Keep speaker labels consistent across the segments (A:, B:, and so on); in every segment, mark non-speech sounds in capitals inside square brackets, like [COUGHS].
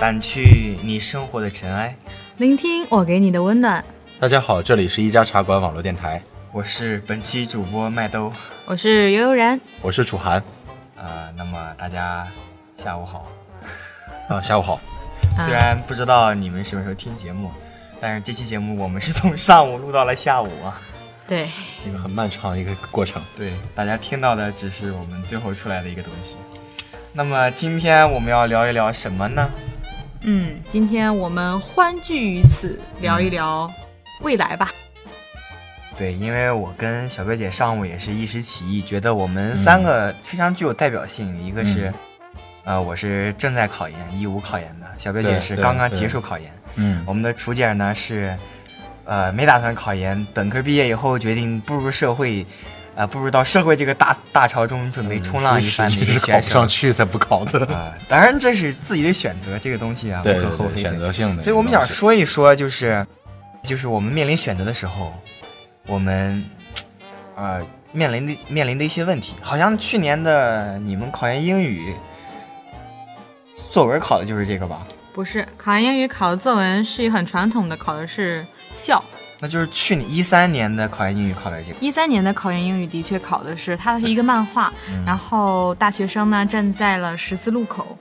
A: 掸去你生活的尘埃。
B: 聆听我给你的温暖。
C: 大家好，这里是一家茶馆网络电台，
A: 我是本期主播麦兜，
B: 我是悠悠然，
C: 我是楚涵。
A: 呃，那么大家下午好。
C: 啊，下午好。啊
A: 虽
B: 啊
A: 然不知道你们什么时候听节目，但是这期节目我们是从上午录到了下午啊。
B: 对，
C: 一个很漫长的一个过程。
A: 对，大家听到的只是我们最后出来的一个东西。那么今天我们要聊一聊什么呢？
B: 嗯，今天我们欢聚于此，聊一聊未来吧。
A: 对，因为我跟小贝姐上午也是一时起意，觉得我们三个非常具有代表性。一个是，
C: 嗯
A: 呃，我是正在考研，一五考研的，小贝姐
C: 对
A: 是
C: 对
A: 刚刚
C: 对
A: 结束考研。
C: 嗯
A: 我们的楚姐儿呢是，呃，没打算考研，本科毕业以后决定步入社会，啊，步入到社会这个大大潮中，准备冲浪一番的一个
C: 嗯是考
A: 学
C: 不上
A: 生。
C: 去才不考的。
A: 啊、当然这是自己的选择，这个东西啊无
C: 对
A: 可厚非
C: 对对，
A: 的
C: 选择性的。
A: 所以我们想，说一说，就是，就是我们面临选择的时候，我们，呃，面临的面临的一些问题。好像去年的你们考研英语作文考的就是这个吧？
B: 不是考完英语考的作文是很传统的，考的是笑。
A: 那就是去年一三年的考研英语考的这个。
B: 一三年的考研英语的确考的是，它是一个漫画，
A: 嗯
B: 然后大学生呢站在了十字路口，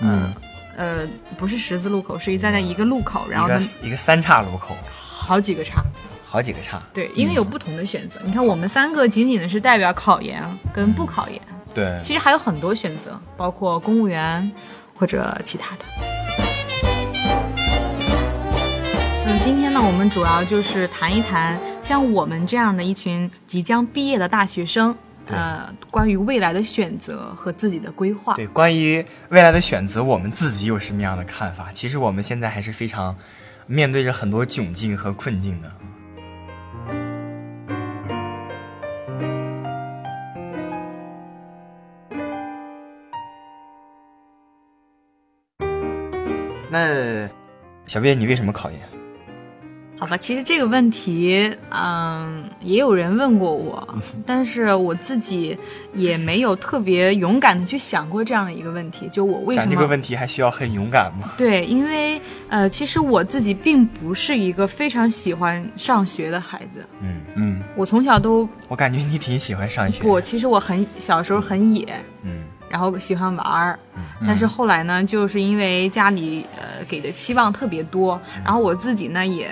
C: 嗯，
B: 呃，不是十字路口，是一站在一个路口，然
A: 嗯
B: 后
A: 一
B: 他
A: 个
B: 们
A: 一个三岔路口，
B: 好几个叉。
A: 好几个岔。
B: 对，因为
A: 嗯
B: 有不同的选择。你看，我们三个仅仅的是代表考研跟不考研，
C: 对，
B: 其实还有很多选择，包括公务员或者其他的。嗯，今天呢，我们主要就是谈一谈像我们这样的一群即将毕业的大学生，呃，关于未来的选择和自己的规划。
A: 对，关于未来的选择，我们自己有什么样的看法？其实我们现在还是非常面对着很多窘境和困境的。那小贝，你为什么考研？
B: 好吧，其实这个问题，嗯、也有人问过我，
A: 嗯
B: 但是我自己也没有特别勇敢的去想过这样的一个问题，就我为什
A: 想
B: 么
A: 这个问题还需要很勇敢吗？
B: 对，因为呃，其实我自己并不是一个非常喜欢上学的孩子，
A: 嗯，
C: 嗯，
B: 我从小都
A: 我感觉你挺喜欢上学的。
B: 不，其实我很小时候很野，
A: 嗯，
B: 然后喜欢玩儿，但是后来呢，就是因为家里呃给的期望特别多，
A: 嗯
B: 然后我自己呢也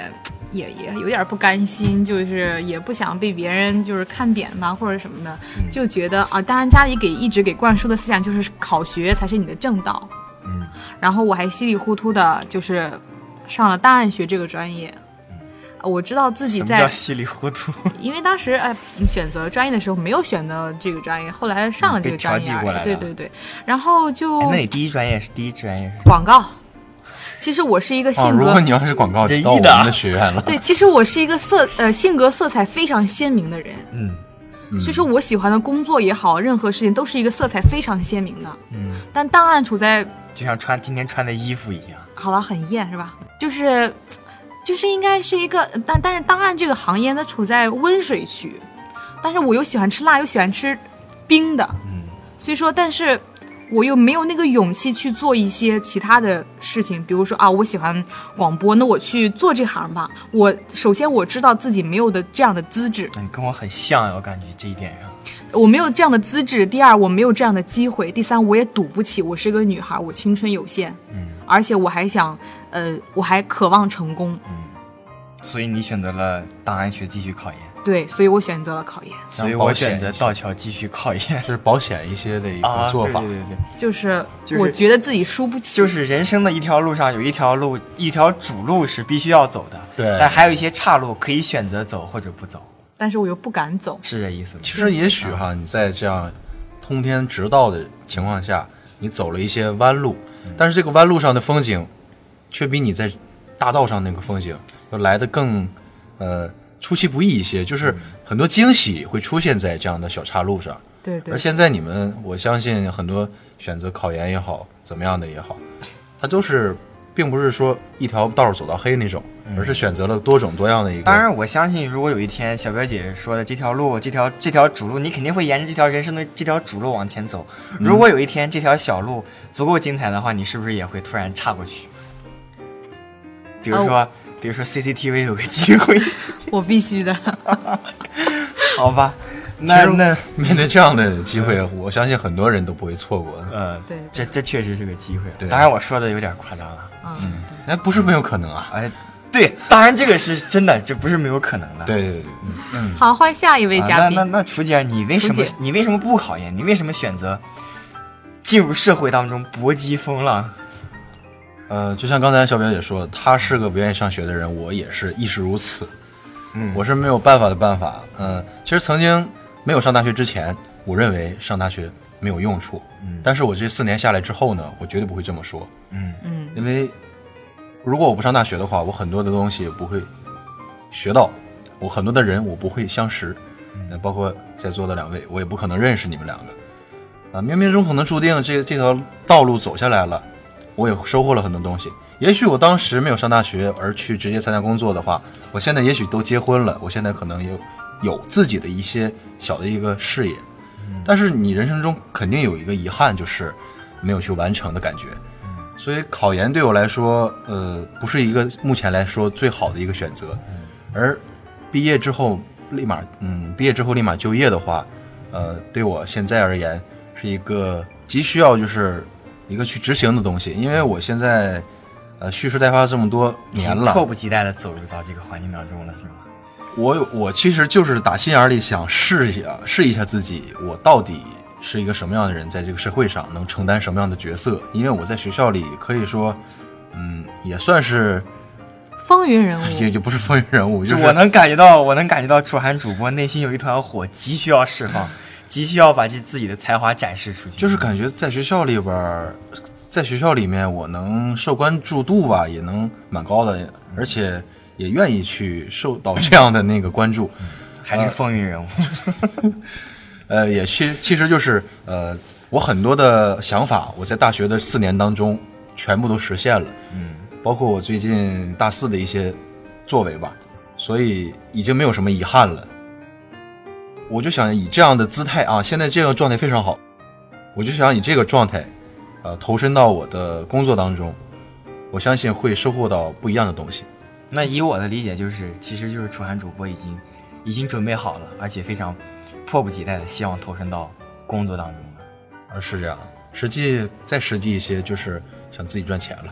B: 也也有点不甘心，就是也不想被别人就是看扁嘛或者什么的，
A: 嗯
B: 就觉得啊，当然家里给一直给灌输的思想就是考学才是你的正道，
A: 嗯，
B: 然后我还稀里糊涂的就是上了档案学这个专业。呃我知道自己
A: 嗯什么
B: 在
A: 叫稀里糊涂？
B: 因为当时哎选择专业的时候没有选择这个专业，后来上了这个专业
A: 嗯被调剂过来了
B: 而已。对对对，然后就
A: [LAUGHS] 哎那你第一专业是第一专业是什么？
B: 广告。其实我是一个
C: 哦，
B: 性
C: 如
B: 格、
C: 果你要是广告，
A: 仁义
C: 到我们
A: 的
C: 的学院了。
B: 对，其实我是一个色呃性格色彩非常鲜明的人，
A: 嗯
B: 所以说我喜欢的工作也好，任何事情都是一个色彩非常鲜明的。
A: 嗯，
B: 但档案处在
A: 就像穿今天穿的衣服一样。
B: 好了，很艳是吧？就是就是应该是一个，但但是档案这个行业呢处在温水区，但是我又喜欢吃辣，又喜欢吃冰的，
A: 嗯，
B: 所以说，但是我又没有那个勇气去做一些其他的事情，比如说啊，我喜欢广播，那我去做这行吧。我首先我知道自己没有的这样的资质，
A: 那你哎跟我很像呀，我感觉这一点上。
B: 我没有这样的资质。第二，我没有这样的机会。第三，我也赌不起，我是个女孩，我青春有限，
A: 嗯，
B: 而且我还想，呃，我还渴望成功，
A: 嗯所以你选择了档案学继续考研，
B: 对，所以我选择了考研，
A: 所以我选择道桥继续考研。
C: 就是保险一些的一个
A: 啊，
C: 做
A: 对
C: 法
A: 对，对对，
B: 就是
A: 就是
B: 我觉得自己输不起，
A: 就是人生的一条路上有一条路，一条主路是必须要走的，
C: 对
A: 但还有一些岔路可以选择走或者不走，
B: 但是我又不敢走，
A: 是这意思吗？
C: 其实也许
A: 嗯
C: 哈，你在这样通天直道的情况下，你走了一些弯路，
A: 嗯
C: 但是这个弯路上的风景，却比你在大道上那个风景要来的更呃出其不意一些，就是
A: 嗯
C: 很多惊喜会出现在这样的小岔路上。
B: 对对
C: 而，现在你们，我相信很多选择考研也好，怎么样的也好，它都是并不是说一条道儿走到黑那种，而是选择了多种多样的一个。
A: 嗯当然，我相信，如果有一天小表姐说的这条路、这条这条主路，你肯定会沿着这条人生的这条主
C: 嗯
A: 路往前走。如果有一天这条小路足够精彩的话，你是不是也会突然岔过去？比如说，比如说 CCTV 有个机会，
B: 我必
A: [LAUGHS]
B: 须的。
A: 好
C: [LAUGHS]
A: 吧？那
C: 其实
A: 那
C: 面对这样的机会，我相信很多人都不会错过的。
A: 呃，
B: 对
A: 这这确实是个机会。啊
C: 对啊
A: 当然我说的有点夸张了。
B: 嗯，
C: 哎，不是没有可能啊。
A: 哎，对，当然这个是真的，这不是没有可能的。
C: 对对对对，嗯
B: 好，换下一位
A: 啊
B: 嘉宾
A: 那那。那楚姐，你为什么
B: 楚姐
A: 你为什么不考研？你为什么选择进入社会当中搏击风浪？
C: 呃，就像刚才小表姐说，她是个不愿意上学的人，我也是亦是如此。
A: 嗯
C: 我是没有办法的办法。嗯、其实曾经没有上大学之前，我认为上大学没有用处。
A: 嗯
C: 但是我这四年下来之后呢，我绝对不会这么说，
A: 嗯
B: 嗯
C: 因为如果我不上大学的话，我很多的东西也不会学到，我很多的人我不会相识，那包括在座的两位，我也不可能认识你们两个。啊，冥冥中可能注定这这条道路走下来了，我也收获了很多东西。也许我当时没有上大学而去直接参加工作的话，我现在也许都结婚了，我现在可能也有有自己的一些小的一个事业。但是你人生中肯定有一个遗憾，就是没有去完成的感觉。所以考研对我来说，呃，不是一个目前来说最好的一个选择。而毕业之后立马，嗯，毕业之后立马就业的话，呃，对我现在而言是一个急需要就是一个去执行的东西，因为我现在呃蓄势待发这么多年了，
A: 迫不及待的走入到这个环境当中了，是吗？
C: 我有我其实就是打心眼里想试一下，试一下自己，我到底是一个什么样的人，在这个社会上能承担什么样的角色？因为我在学校里可以说，嗯，也算是
B: 风云
A: 哎
B: 人
C: 也
B: 物，
C: 就不是风云人物，就是
A: 我能感觉到，我能感觉到楚涵主播内心有一团火，急需要释放，急需要把这自己的才华展示出去。
C: 就是感觉在学校里边儿，在学校里面我能受关注度吧，也能蛮高的，而且也愿意去受到这样的那个关注。
A: 还是风云人物。 [LAUGHS]
C: 呃，也其其实就是呃，我很多的想法，我在大学的四年当中全部都实现了，
A: 嗯，
C: 包括我最近大四的一些作为吧，所以已经没有什么遗憾了。我就想以这样的姿态啊，现在这个状态非常好，我就想以这个状态，呃，投身到我的工作当中，我相信会收获到不一样的东西。
A: 那以我的理解，就是其实就是楚涵主播已经已经准备好了，而且非常迫不及待的希望投身到工作当中了。
C: 而啊是这样，实际再实际一些，就是想自己赚钱了。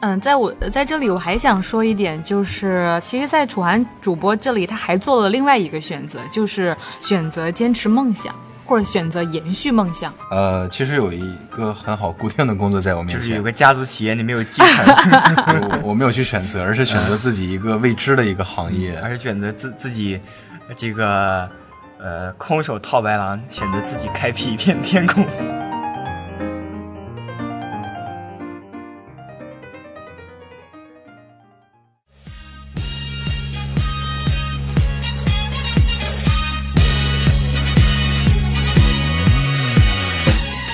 B: 嗯，在我在这里我还想说一点，就是其实，在楚涵主播这里，他还做了另外一个选择，就是选择坚持梦想，或者选择延续梦想。
C: 呃，其实有一个很好固定的工作在我面
A: 就是
C: 前
A: 有，个家族企业，你没有继承， [LAUGHS]
C: 我我没有去选择，而是选择自己一个未知的一个行业。
A: 而是选择自自己这个呃空手套白狼，选择自己开辟一片天空。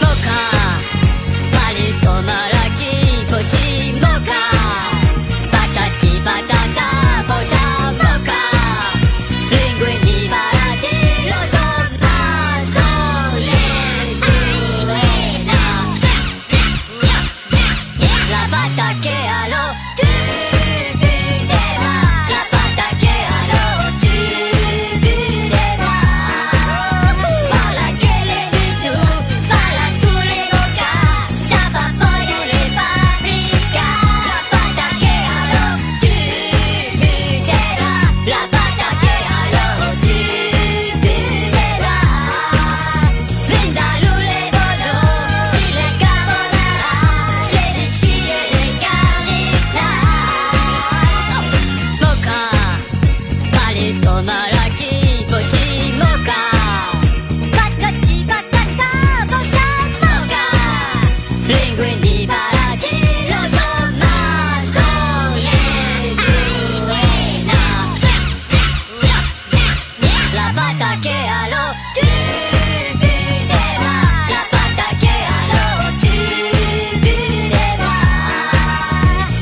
D: モカパリとマラキボキモカバタチバタタボタモカリングにバラジロトマコレブエナラバタケアロチューブデララバタケアロチューブデラバラケレルチュバラクレロカタバコよりパプリカラバタケアロチューブデララバタケアロチューブデラレンダルレボのチレカボナラレリシエレカリラモカパリとマラキボチモカバカチバタカボタモカリングにバラジロとマコレブエナラバタケアロチューブデララバタケアロチューブデラ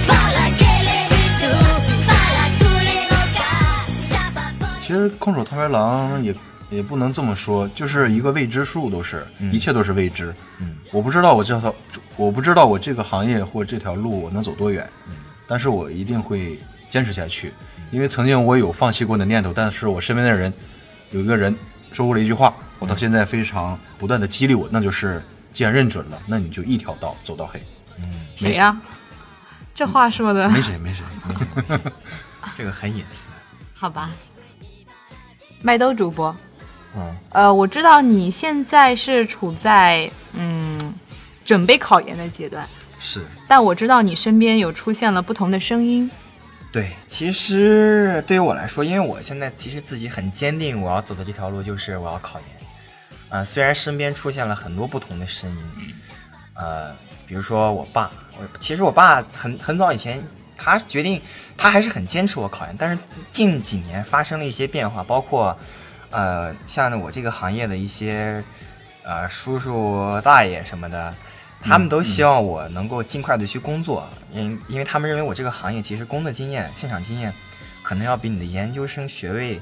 D: バラケレビチュバラクレロカタバコ
C: 其实空手套白狼也也不能这么说，就是一个未知数，都是、一切都是未知。嗯，我不知道我这条，我不知道我这个行业或这条路我能走多远。但是我一定会坚持下去，因为曾经我有放弃过的念头，但是我身边的人有一个人说过了一句话，我到现在非常不断的激励我，那就是既然认准了，那你就一条道走到黑，
B: 谁呀、这话说的，
C: 没谁没谁，
A: 这个很隐私。
B: [LAUGHS] 好吧。麦兜主播，
A: 嗯，
B: 呃，我知道你现在是处在嗯准备考研的阶段，
C: 是
B: 但我知道你身边有出现了不同的声音，
A: 对，其实对于我来说，因为我现在其实自己很坚定，我要走的这条路就是我要考研。啊、虽然身边出现了很多不同的声音，呃，比如说我爸，我其实我爸很很早以前，他决定他还是很坚持我考研，但是近几年发生了一些变化，包括呃，像我这个行业的一些呃叔叔大爷什么的，他们都希望我能够尽快的去工作，因因为他们认为我这个行业其实工作经验、现场经验，可能要比你的研究生学位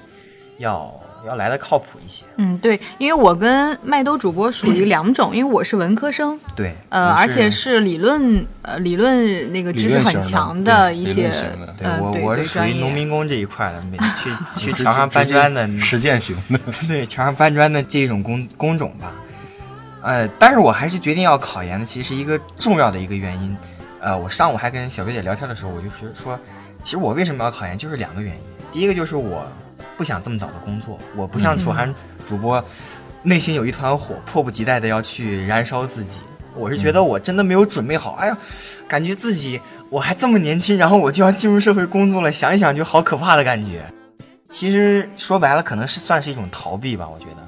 A: 要要来的靠谱一些。
B: 嗯，对，因为我跟麦兜主播属于两种，
C: [COUGHS]
B: 因为我是文科生，
A: 对，
B: 呃，
A: 我
B: 而
A: 是
B: 且是理论呃理论那个知识很强
C: 嗯理
B: 一
C: 论型
B: 些
C: 的对理论型的，
A: 对
B: 嗯，
A: 我
B: 对
A: 我
B: 对
A: 是属
B: 专
A: 于
B: 业
A: 农民工这一块的，每 [LAUGHS] 去去墙上搬砖的，
C: 实践型的，
A: [LAUGHS] 对墙上搬砖的这种工工种吧。呃，但是我还是决定要考研的，其实一个重要的一个原因，呃，我上午还跟小薇姐聊天的时候，我就说说，其实我为什么要考研，就是两个原因。第一个就是我不想这么早的工作，我不像楚涵主播，内心有一团火，迫不及待的要去燃烧自己。我是觉得我真的没有准备好，哎呀，感觉自己我还这么年轻，然后我就要进入社会工作了，想一想就好可怕的感觉。其实说白了，可能是算是一种逃避吧，我觉得。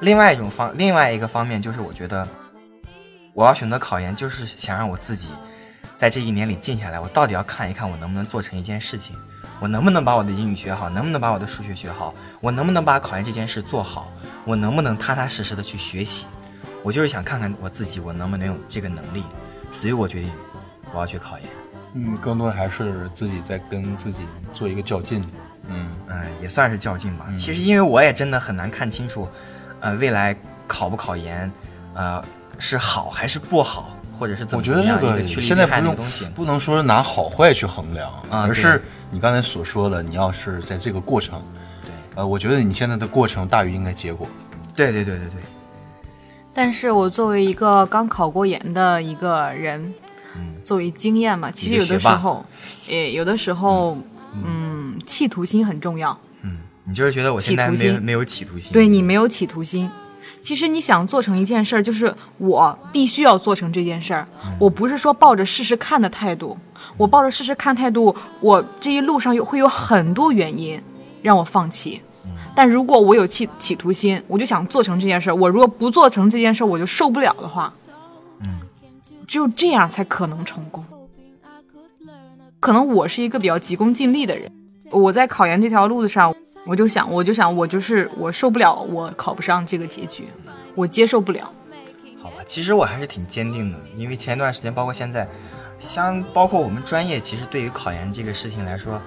A: 另外一种方，另外一个方面就是，我觉得我要选择考研，就是想让我自己在这一年里静下来，我到底要看一看我能不能做成一件事情，我能不能把我的英语学好，能不能把我的数学学好，我能不能把考研这件事做好，我能不能踏踏实实的去学习。我就是想看看我自己，我能不能有这个能力，所以我决定我要去考研。
C: [LAUGHS] 嗯，更多的还是自己在跟自己做一个较劲，嗯，
A: 嗯，也算是较劲吧。其实因为我也真的很难看清楚，呃，未来考不考研，呃，是好还是不好，或者是怎
C: 我
A: 么
C: 觉得这
A: 样一
C: 个
A: 个趋利
C: 现
A: 避
C: 在
A: 害
C: 不
A: 的一
C: 用
A: 个东西。
C: 不能说是拿好坏去衡量，
A: 啊
C: 而
A: 对
C: 是你刚才所说的，你要是在这个过程，
A: 对
C: 呃，我觉得你现在的过程大于应该结果。
A: 对对对对对，
B: 但是我作为一个刚考过研的一个人，作为经验嘛，其实有的时候，也有的时候，嗯，企图心很重要。
A: 嗯，你就是觉得我现
B: 企
A: 在
B: 图
A: 没有
B: 心
A: 没有企图心，
B: 对你没有企图心，其实你想做成一件事儿，就是我必须要做成这件事儿。我不是说抱着试试看的态度，我抱着试试看态度，我这一路上有会有很多原因让我放弃。但如果我有企企图心，我就想做成这件事儿。我如果不做成这件事儿，我就受不了的话，只有这样才可能成功。可能我是一个比较急功近利的人，我在考研这条路子上，我就想，我就想，我就是我受不了，我考不上这个结局，我接受不了。
A: 好吧，其实我还是挺坚定的，因为前段时间，包括现在，像包括我们专业，其实对于考研这个事情来说，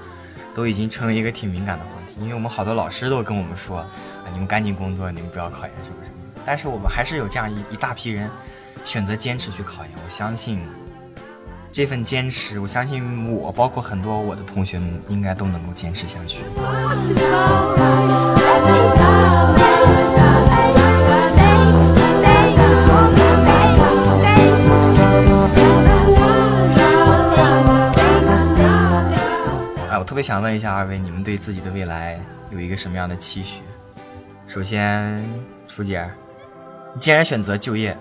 A: 都已经成为一个挺敏感的话题，因为我们好多老师都跟我们说，啊，你们赶紧工作，你们不要考研什么什么的。但是我们还是有这样一一大批人选择坚持去考研，我相信这份坚持，我相信我，包括很多我的同学们，应该都能够坚持下去。哎，我特别想问一下二位，你们对自己的未来有一个什么样的期许？首先，楚姐，你既然选择就业，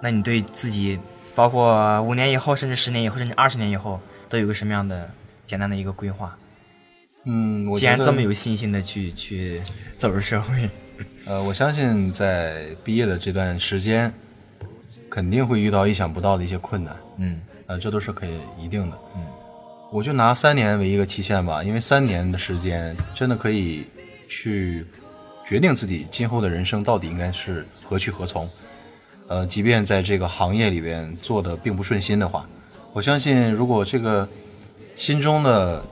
A: 那你对自己，包括五年以后，甚至十年以后，甚至二十年以后，都有个什么样的简单的一个规划？
C: 嗯，我
A: 既
C: 觉
A: 然
C: 得
A: 这么有信心的去去走入社会，
C: 呃，我相信在毕业的这段时间，肯定会遇到意想不到的一些困难，
A: 嗯
C: 呃，这都是可以一定的。
A: 嗯，
C: 我就拿三年为一个期限吧，因为三年的时间真的可以去决定自己今后的人生到底应该是何去何从。呃，即便在这个行业里边做的并不顺心的话，我相信如果这个心中的，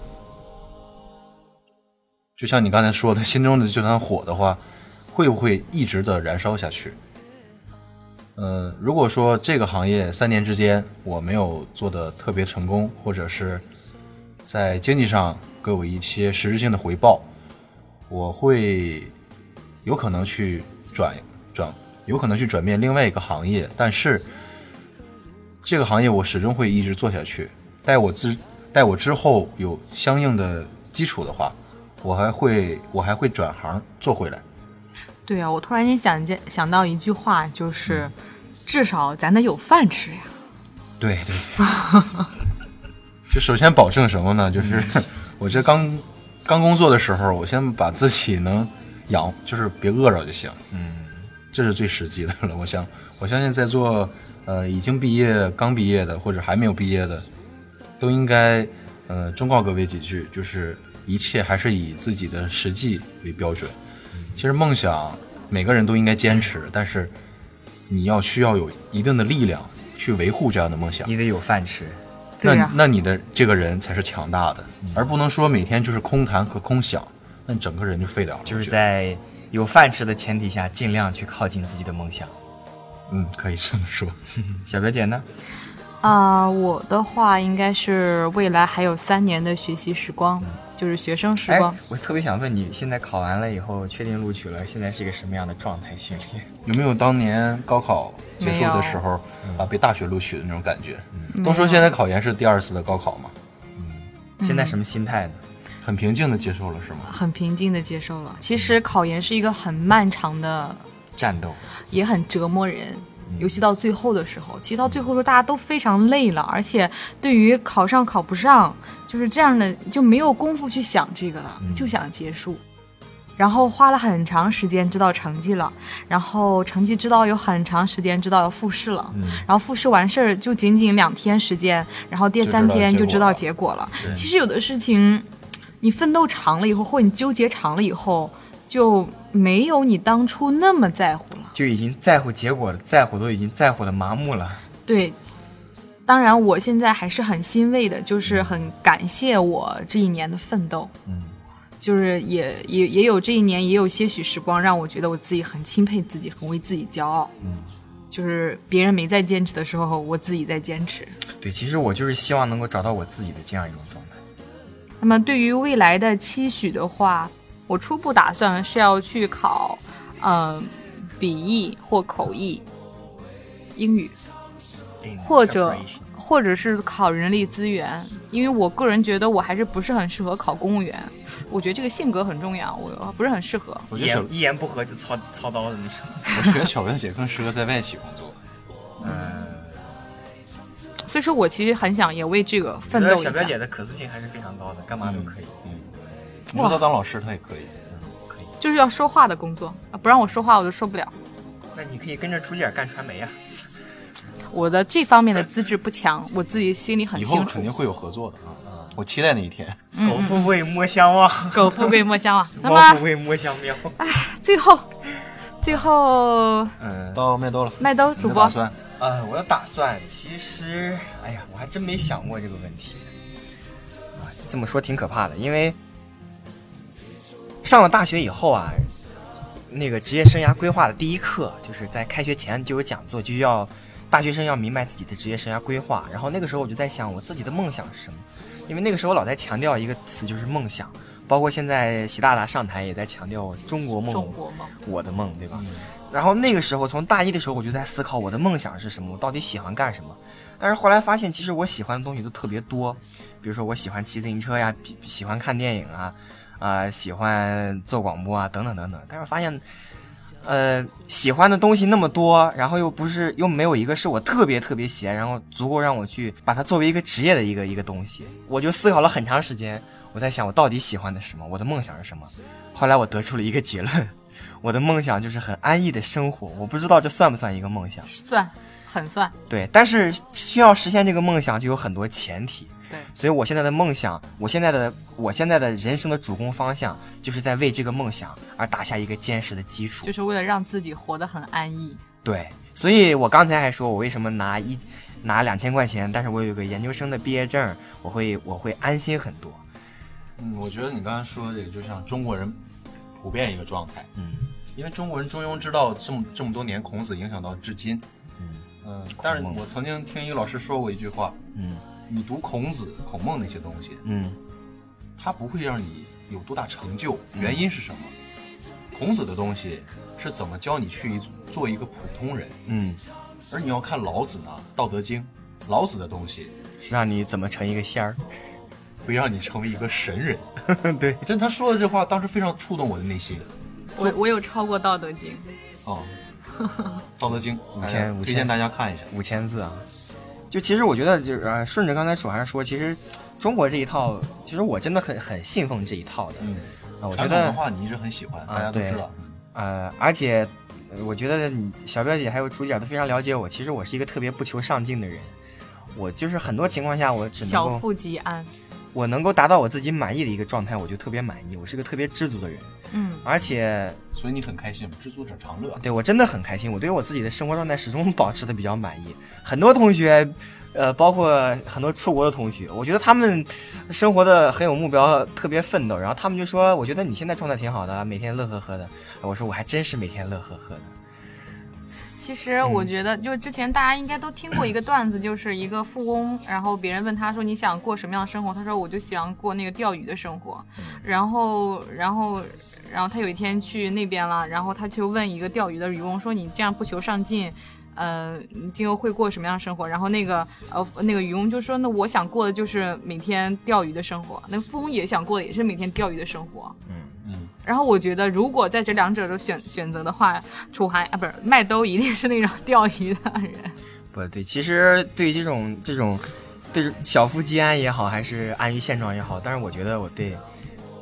C: 就像你刚才说的，心中的这团火的话，会不会一直的燃烧下去？呃，如果说这个行业三年之间我没有做的特别成功，或者是在经济上给我一些实质性的回报，我会有可能去转转，有可能去转变另外一个行业，但是这个行业我始终会一直做下去。待我之待我之后有相应的基础的话，我还会我还会转行做回来。
B: 对啊，我突然间想见想到一句话，就是、至少咱得有饭吃呀。
C: 对对，对就首先保证什么呢？就是 [LAUGHS] 我这刚刚工作的时候，我先把自己能养，就是别饿着就行。嗯，这是最实际的了。我想，我相信在座呃已经毕业、刚毕业的或者还没有毕业的，都应该呃忠告各位几句，就是一切还是以自己的实际为标准。其实梦想每个人都应该坚持，但是你要需要有一定的力量去维护这样的梦想。
A: 你得有饭吃。
B: 对啊
C: 那
B: 呀、
C: 那你的这个人才是强大的，而不能说每天就是空谈和空想，那你整个人就废掉了。
A: 就
C: 我
A: 是
C: 觉得
A: 在有饭吃的前提下，尽量去靠近自己的梦想。
C: 嗯，可以这么说。
A: 小表姐呢？
B: 啊、我的话应该是未来还有三年的学习时光，就是学生时光。
A: 哎我特别想问你，现在考完了以后，确定录取了，现在是一个什么样的状态？心里？
C: [LAUGHS] 有没有当年高考结束的时候啊被大学录取的那种感觉？都说现在考研是第二次的高考嘛，
A: [LAUGHS] 现在什么心态呢？
C: 很平静的接受了是吗？
B: 很平静的接受了。其实考研是一个很漫长的，
A: 战斗，
B: 也很折磨人，尤其到最后的时候。其实到最后的时候，大家都非常累了，而且对于考上考不上，就是这样的，就没有功夫去想这个了，就想结束。然后花了很长时间知道成绩了，然后成绩知道有很长时间知道要复试了，然后复试完事儿就仅仅两天时间，然后第
C: 知道
B: 三天就知道
C: 结
B: 结果了。其实有的事情，你奋斗长了以后，或你纠结长了以后，就没有你当初那么在乎了。
A: 就已经在乎结果了，在乎都已经在乎的麻木了。
B: 对，当然我现在还是很欣慰的，就是很感谢我这一年的奋斗。嗯，就是也也也有这一年也有些许时光让我觉得我自己很钦佩自己，很为自己骄傲。嗯，就是别人没在坚持的时候，我自己在坚持。
A: 对，其实我就是希望能够找到我自己的这样一种状态。
B: 那么对于未来的期许的话，我初步打算是要去考，呃，笔译或口译英语，
A: 哎
B: 或者或者是考人力资源，因为我个人觉得我还是不是很适合考公务员，我觉得这个性格很重要，我不是很适合。
C: 我
A: 一
C: 觉得小
A: 言一言不合就操操刀的那种。
C: 我觉得小表姐更适合在外企工作。
B: 所以说我其实很想也为这个奋
A: 我觉
B: 斗
A: 得
B: 一
A: 小
B: 下
A: 表。姐的可塑性还是非常高的，干嘛都可以。
C: 嗯，你说她当老师她也可以。
B: 就是要说话的工作啊，不让我说话我就受不了。
A: 那你可以跟着出姐干传媒呀、啊
B: 我的这方面的资质不强，我自己心里很
C: 以后
B: 清楚
C: 肯。定会有合作的啊！我期待那一天。
A: 狗富贵莫相忘，
B: 狗富贵莫相忘。嗯啊那
A: 猫富
B: 么
A: 贵莫相
B: [LAUGHS]
A: 喵。
B: 最后，最后
A: 嗯，
C: [LAUGHS] 到麦兜了，
B: 麦兜
C: 你
B: 主
C: 的打
B: 播，
C: 算
A: 呃，我的打算其实，哎呀，我还真没想过这个问题。啊，这么说挺可怕的，因为上了大学以后啊，那个职业生涯规划的第一课就是在开学前就有讲座，就要大学生要明白自己的职业生涯规划。然后那个时候我就在想，我自己的梦想是什么？因为那个时候老在强调一个词，就是梦想。包括现在习大大上台也在强调中国梦，
B: 中国梦。
A: 我的梦，对吧？然后那个时候，从大一的时候，我就在思考我的梦想是什么，我到底喜欢干什么。但是后来发现，其实我喜欢的东西都特别多，比如说我喜欢骑自行车呀，比喜欢看电影啊，啊、喜欢做广播啊，等等等等。但是发现，呃，喜欢的东西那么多，然后又不是又没有一个是我特别特别喜爱，然后足够让我去把它作为一个职业的一个一个东西。我就思考了很长时间，我在想我到底喜欢的是什么，我的梦想是什么。后来我得出了一个结论。我的梦想就是很安逸的生活，我不知道这算不算一个梦想。
B: 算，很算。
A: 对，但是需要实现这个梦想就有很多前提。
B: 对，
A: 所以我现在的梦想，我现在的我现在的人生的主攻方向，就是在为这个梦想而打下一个坚实的基础
B: 就。是为了让自己活得很安逸。
A: 对，所以我刚才还说我为什么拿一拿两千块钱，但是我有个研究生的毕业证，我会我会安心很多。
C: 嗯，我觉得你刚才说的这个，就像中国人普遍一个状态，
A: 嗯，
C: 因为中国人中庸之道这么这么多年，孔子影响到至今。嗯，但是
A: 孔孟
C: 我曾经听一个老师说过一句话，
A: 嗯，
C: 你读孔子、孔孟那些东西，
A: 嗯
C: 它不会让你有多大成就，
A: 嗯
C: 原因是什么？孔子的东西是怎么教你去做一个普通人，
A: 嗯，
C: 而你要看老子呢，《道德经》，老子的东西
A: 让你怎么成一个仙儿？
C: 会让你成为一个神人。
A: [LAUGHS] 对，
C: 真的，他说的这话当时非常触动我的内心
B: 我我有超过《道德经》，
C: 啊，道
A: [LAUGHS]
C: 德经》
A: 五
C: 大家
A: 千五千
C: 推荐大家看一下。
A: 五千字啊。就其实我觉得就是呃，顺着刚才楚涵说，其实中国这一套，其实我真的很很信奉这一套的。
C: 嗯，
A: 啊，我觉
C: 传统文
A: 得
C: 化你一直很喜欢，
A: 啊
C: 大家都知道
A: 对。呃，而且呃我觉得你小表姐还有楚姐都非常了解我。其实我是一个特别不求上进的人，我就是很多情况下我只能
B: 小
A: 够
B: 富即安。
A: 我能够达到我自己满意的一个状态，我就特别满意。我是个特别知足的人，
B: 嗯，
A: 而且
C: 所以你很开心嘛，知足者常乐。
A: 对我真的很开心，我对我自己的生活状态始终保持的比较满意。很多同学，呃，包括很多出国的同学，我觉得他们生活的很有目标，特别奋斗。然后他们就说：“我觉得你现在状态挺好的，每天乐呵呵的。”我说：“我还真是每天乐呵呵的。
B: 其实我觉得，就之前大家应该都听过一个段子，就是一个富翁，然后别人问他说你想过什么样的生活，他说我就想过那个钓鱼的生活，然后，然后，然后他有一天去那边了，然后他就问一个钓鱼的渔翁说你这样不求上进。呃，你今后会过什么样的生活？然后那个呃，那个渔翁就说：“那我想过的就是每天钓鱼的生活。”那个富翁也想过的也是每天钓鱼的生活。
C: 嗯，
B: 然后我觉得，如果在这两者中选选择的话，楚涵啊，不是麦兜一定是那种钓鱼的人。
A: 不对，其实对于这种这种对小富即安也好，还是安于现状也好，但是我觉得我对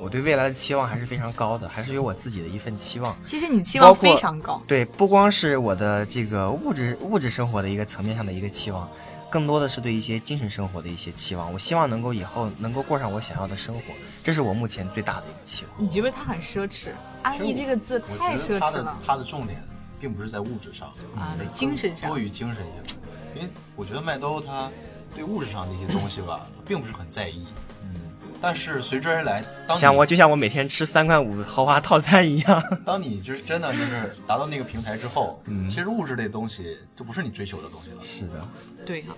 A: 我对未来的期望还是非常高的，还是有我自己的一份期望。
B: [LAUGHS] 其实你期
A: 包
B: 望
A: 括
B: 非常高，
A: 对，不光是我的这个物质物质生活的一个层面上的一个期望，更多的是对一些精神生活的一些期望。我希望能够以后能够过上我想要的生活，这是我目前最大的一个期望。
B: 你觉不觉得他很奢侈？安逸
C: 其
B: 这
C: 实
B: 个字
C: 我
B: 太
C: 觉
B: 奢
C: 得他
B: 侈
C: 的
B: 了。
C: 他的重点并不是在物质上嗯
B: 啊对精神上
C: 多于精神性，因为我觉得麦兜他对物质上的一些东西吧，并不是很在意。嗯，但是随之而来，当你
A: 像我就像我每天吃三块五豪华套餐一样，
C: 当你就是真的就是达到那个平台之后，
A: 嗯
C: 其实物质类的东西就不是你追求的东西了，
A: 是的，
B: 对啊，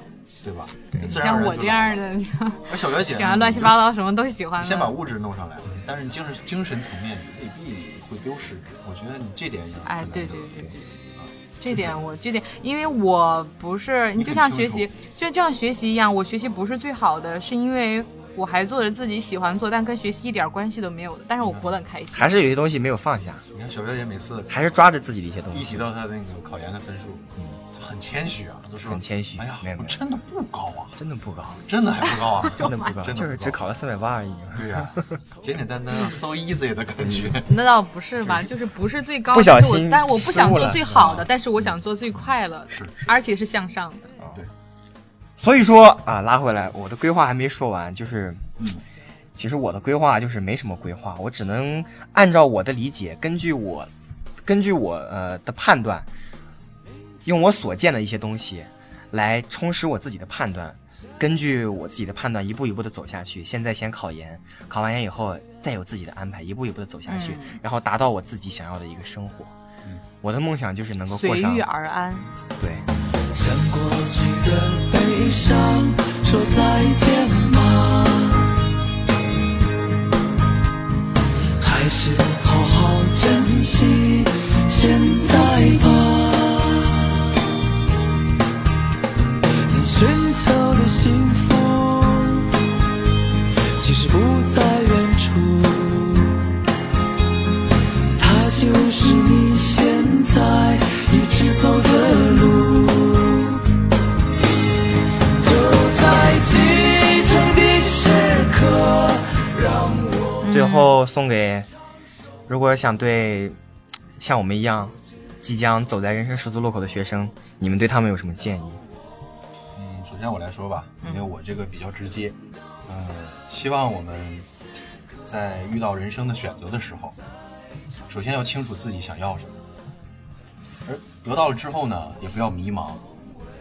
C: 对吧？自然
B: 像
C: 而然
B: 我
C: 就
B: 这
C: 来
B: 样
C: 了，
B: 的，
C: [LAUGHS] 而小表姐
B: 喜欢乱七八糟，什么都喜欢
C: 你
B: 的。
C: 先把物质弄上来了，但是你精神精神层面你未必会丢失。我觉得你这点也很
B: 哎
C: 难，
B: 对
C: 得
B: 对对
C: 对
B: 对，这点我这点，因为我不是你就像学习，就就像学习一样，我学习不是最好的，是因为我还做着自己喜欢做，但跟学习一点关系都没有的，但是我活得很开心。
A: 还是有些东西没有放下，
C: 你看小表姐每次
A: 还是抓着自己的一些东
C: 一
A: 西
C: 提。到她那个考研的分数，
B: 嗯
C: 她很谦虚啊，她就说
A: 很谦虚
C: 哎呀
A: 没有，
C: 我
A: 没有
C: 真的不高啊，
A: 真的不高，
C: 真的还不高啊，
A: [LAUGHS] 真的不高，
C: 真的
A: 就是只。考了四百八而已。
C: 对呀，
A: [LAUGHS]
C: 简简单单啊 so easy 的感
A: 嗯
C: 觉。
B: 那倒不是吧，就是不是最高，
A: 不小
B: 就是我
A: 心
B: 但我不想
A: 失误
B: 做
A: 了嗯
B: 最好的，但是我想做最快乐的，
C: 是
B: 而且是向上的。
C: 对，
A: 所以说啊，拉回来，我的规划还没说完，就是，其实我的规划就是没什么规划，我只能按照我的理解，根据我，根据我呃的判断，用我所见的一些东西来充实我自己的判断，根据我自己的判断一步一步的走下去。现在先考研，考完研以后再有自己的安排，一步一步的走下去，
B: 嗯
A: 然后达到我自己想要的一个生活。嗯我的梦想就是能够过
B: 随
A: 上
B: 遇而安，
A: 对。
E: 向过去的悲伤说再见吗？还是好好珍惜现在吧。你寻求的幸福，其实不在远处。它就是你现在一直走的路。就在启程的时刻，让我
A: 最后送给，如果想对像我们一样即将走在人生十字路口的学生，你们对他们有什么建议？
C: 嗯，首先我来说吧，因为我这个比较直接，嗯，希望我们在遇到人生的选择的时候，首先要清楚自己想要什么，而得到了之后呢，也不要迷茫，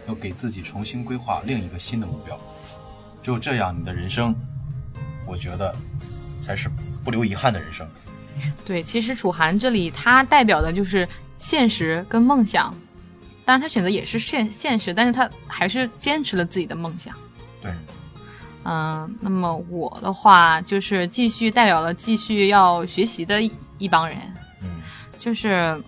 C: 要给自己重新规划另一个新的目标，只有这样，你的人生，我觉得才是不留遗憾的人生。
B: 对，其实楚涵这里他代表的就是现实跟梦想，当然他选择也是现现实，但是他还是坚持了自己的梦想。
C: 对，
B: 嗯，那么我的话就是继续代表了继续要学习的一一帮人，
A: 嗯
B: 就是嗯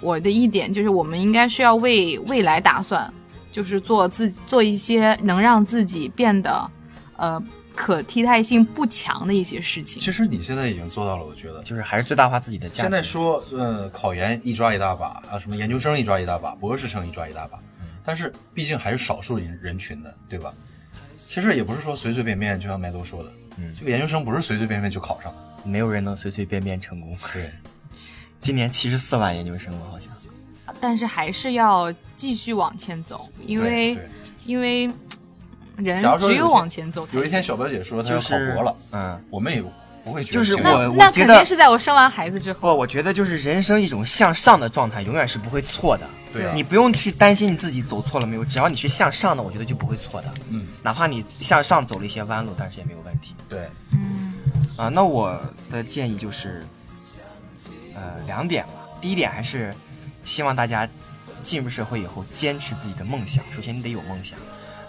B: 我的一点就是我们应该是要为未来打算，就是做自己做一些能让自己变得呃可替代性不强的一些事情。
C: 其实你现在已经做到了，我觉得。
A: 就是还是最大化自己的价值。
C: 现在说，呃，考研一抓一大把啊，什么研究生一抓一大把，博士生一抓一大把，
A: 嗯
C: 但是毕竟还是少数人人群的，对吧？其实也不是说随随便便，就像麦兜说的，
A: 嗯
C: 这个研究生不是随随便便就考上的，
A: 没有人能随随便便成功。 [LAUGHS]
C: 对，
A: 今年七十四万研究生了，好像。
B: 但是还是要继续往前走，因为
C: 对
B: 因为嗯人
C: 假如说
B: 只
C: 有一天
B: 往前走才
C: 有一天
B: 行
C: 小表姐说她要
A: 就
C: 考
A: 是
C: 博了，
A: 嗯，
C: 我们也不会觉得
A: 就是
C: 奇怪
B: 那
A: 我我
B: 那
A: 觉
B: 肯
A: 得
B: 定是在我生完孩子之后。
A: 不，哦我觉得就是人生一种向上的状态，永远是不会错的。
C: 对啊
A: 你不用去担心你自己走错了没有，只要你是向上的，我觉得就不会错的。
C: 嗯，
A: 哪怕你向上走了一些弯路，但是也没有问题
C: 对，
A: 啊。那我的建议就是，呃，两点吧。第一点还是希望大家进入社会以后坚持自己的梦想。首先你得有梦想，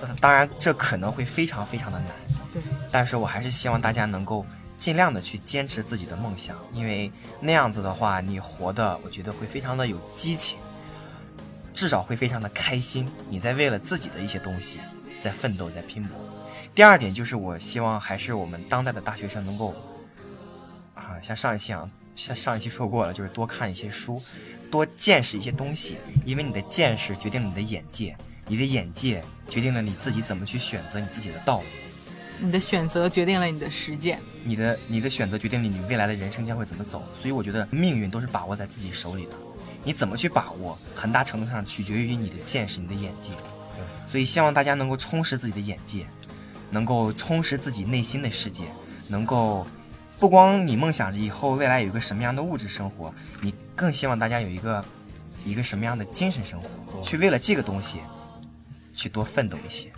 A: 呃当然这可能会非常非常的难。
B: 对，
A: 但是我还是希望大家能够尽量的去坚持自己的梦想，因为那样子的话，你活的我觉得会非常的有激情，至少会非常的开心。你在为了自己的一些东西在奋斗，在拼搏。第二点就是，我希望还是我们当代的大学生能够啊，像上一期啊，像上一期说过了，就是多看一些书，多见识一些东西，因为你的见识决定了你的眼界，你的眼界决定了你自己怎么去选择你自己的道路。
B: 你的选择决定了你的实践。
A: 你的你的选择决定了你未来的人生将会怎么走，所以我觉得命运都是把握在自己手里的，你怎么去把握，很大程度上取决于你的见识、你的眼界。所以希望大家能够充实自己的眼界，能够充实自己内心的世界，能够不光你梦想着以后未来有一个什么样的物质生活，你更希望大家有一个一个什么样的精神生活，去为了这个东西去多奋斗一些。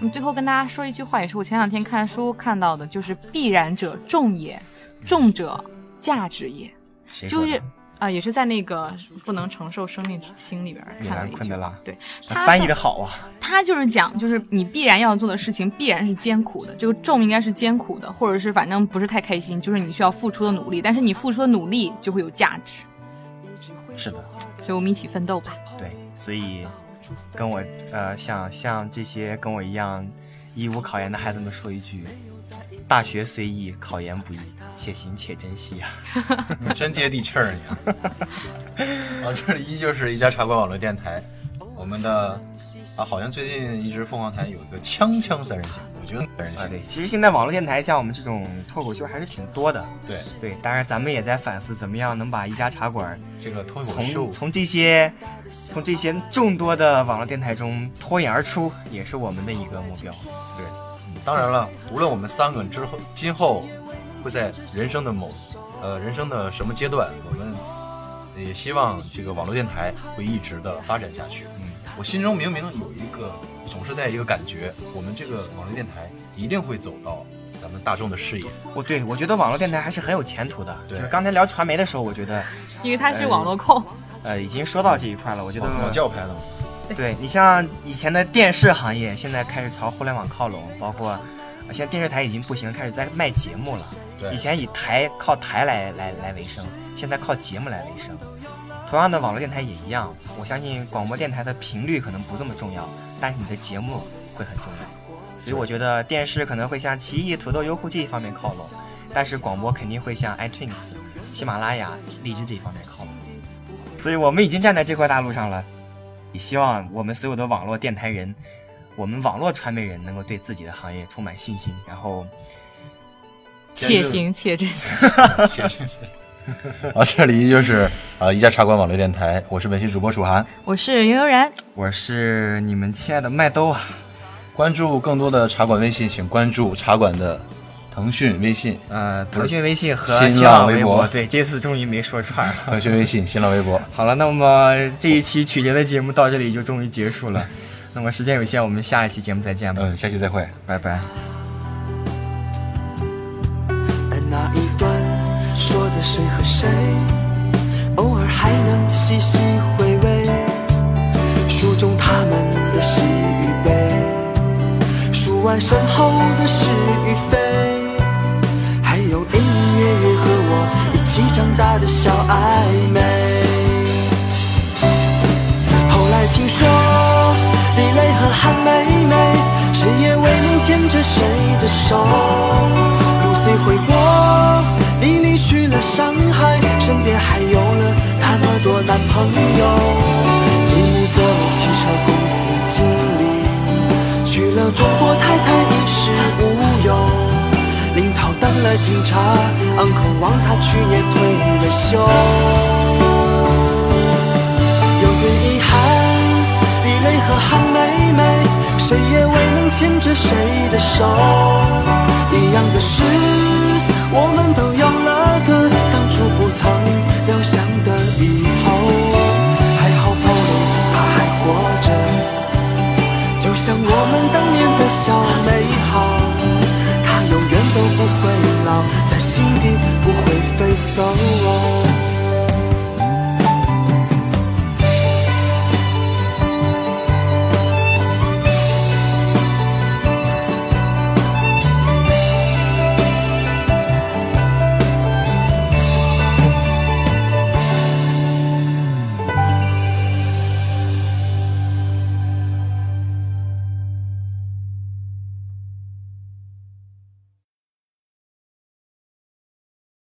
B: 嗯，最后跟大家说一句话，也是我前两天看书看到的，就是“必然者众也，众者价值也
A: 谁”，说
B: 就
A: 的
B: 是啊、也是在那个《不能承受生命之轻》里边
A: 米
B: 看到
A: 兰
B: 一
A: 昆
B: 句
A: 德
B: 话。
A: 拉
B: 对，
A: 那
B: 他
A: 翻译
B: 说
A: 的好啊。
B: 他就是讲，就是你必然要做的事情必然是艰苦的，这个重应该是艰苦的，或者是反正不是太开心，就是你需要付出的努力，但是你付出的努力就会有价值，
A: 是的，
B: 所以我们一起奋斗吧。
A: 对，所以跟我呃，想像这些跟我一样义务考研的孩子们说一句：大学虽易，考研不易，且行且珍惜啊！
C: 你真接地气儿你。
A: [LAUGHS]
C: 啊，这里依旧是一家茶馆网络电台，我们的啊，好像最近一直凤凰台有一个锵锵三人行，我觉得三人
A: 啊，
C: 行
A: 对，其实现在网络电台像我们这种脱口秀还是挺多的。
C: 对
A: 对，当然咱们也在反思怎么样能把一家茶馆
C: 这个脱口秀
A: 从从这些从这些众多的网络电台中脱颖而出，也是我们的一个目标。
C: 对，嗯当然了，无论我们三个之后今后会在人生的某呃人生的什么阶段，我们也希望这个网络电台会一直的发展下去。嗯，我心中明明有一个总是在一个感觉，我们这个网络电台一定会走到咱们大众的视野。
A: 我对我觉得网络电台还是很有前途的。
C: 对
A: 就是刚才聊传媒的时候，我觉得
B: 因为他
A: 哎
B: 是网络控，
A: 呃已经说到这一块了，我觉得
C: 网网教派的嘛，
A: 对你像以前的电视行业，现在开始朝互联网靠拢，包括呃现在电视台已经不行，开始在卖节目了。
C: 对
A: 以
C: [LAUGHS]
A: 前以台靠台来来来为生，现在靠节目来为生。同样的，网络电台也一样。我相信广播电台的频率可能不这么重要，但是你的节目会很重要。所以我觉得电视可能会向奇异、土豆、优酷这一方面靠拢，但是广播肯定会向 iTunes、喜马拉雅、荔枝这一方面靠拢。所以我们已经站在这块大陆上了，也希望我们所有的网络电台人，我们网络传媒人能够对自己的行业充满信心，然后
B: 且行且珍惜。 [LAUGHS]
C: [LAUGHS] 啊，这里依旧是啊、呃一家茶馆网络电台，我是本期主播楚涵，
B: 我是悠悠然，
A: 我是你们亲爱的麦兜啊，
C: 关注更多的茶馆微信，请关注茶馆的腾讯微信、
A: 呃，腾讯微信和
C: 新
A: 新
C: 浪
A: 浪
C: 微
A: 微
C: 博
A: 博，对，这次终于没说串儿了。 [LAUGHS]
C: 腾讯微信、新浪微博。
A: 好了，那么这一期曲杰的节目到这里就终于结束了。那么时间有限，我们下一期节目再见吧，
C: 嗯，下期再会。
A: 拜拜。
E: 而那一段说的谁和谁，偶尔还能细细回味，书中他们的喜与悲，数完身后的是与非，还有隐隐约约和我一起长大的小暧昧。后来听说，李雷和韩梅梅，谁也未能牵着谁的手。Lucy 回国，你离去了上海，身边还有了那么多男朋友。吉姆作为汽车公司经理，娶了中国太太衣食无忧。林涛当了警察，uncle 王他去年退了休。有点遗憾，李雷和韩梅梅，谁也未能牵着谁的手。一样的是，我们都。哦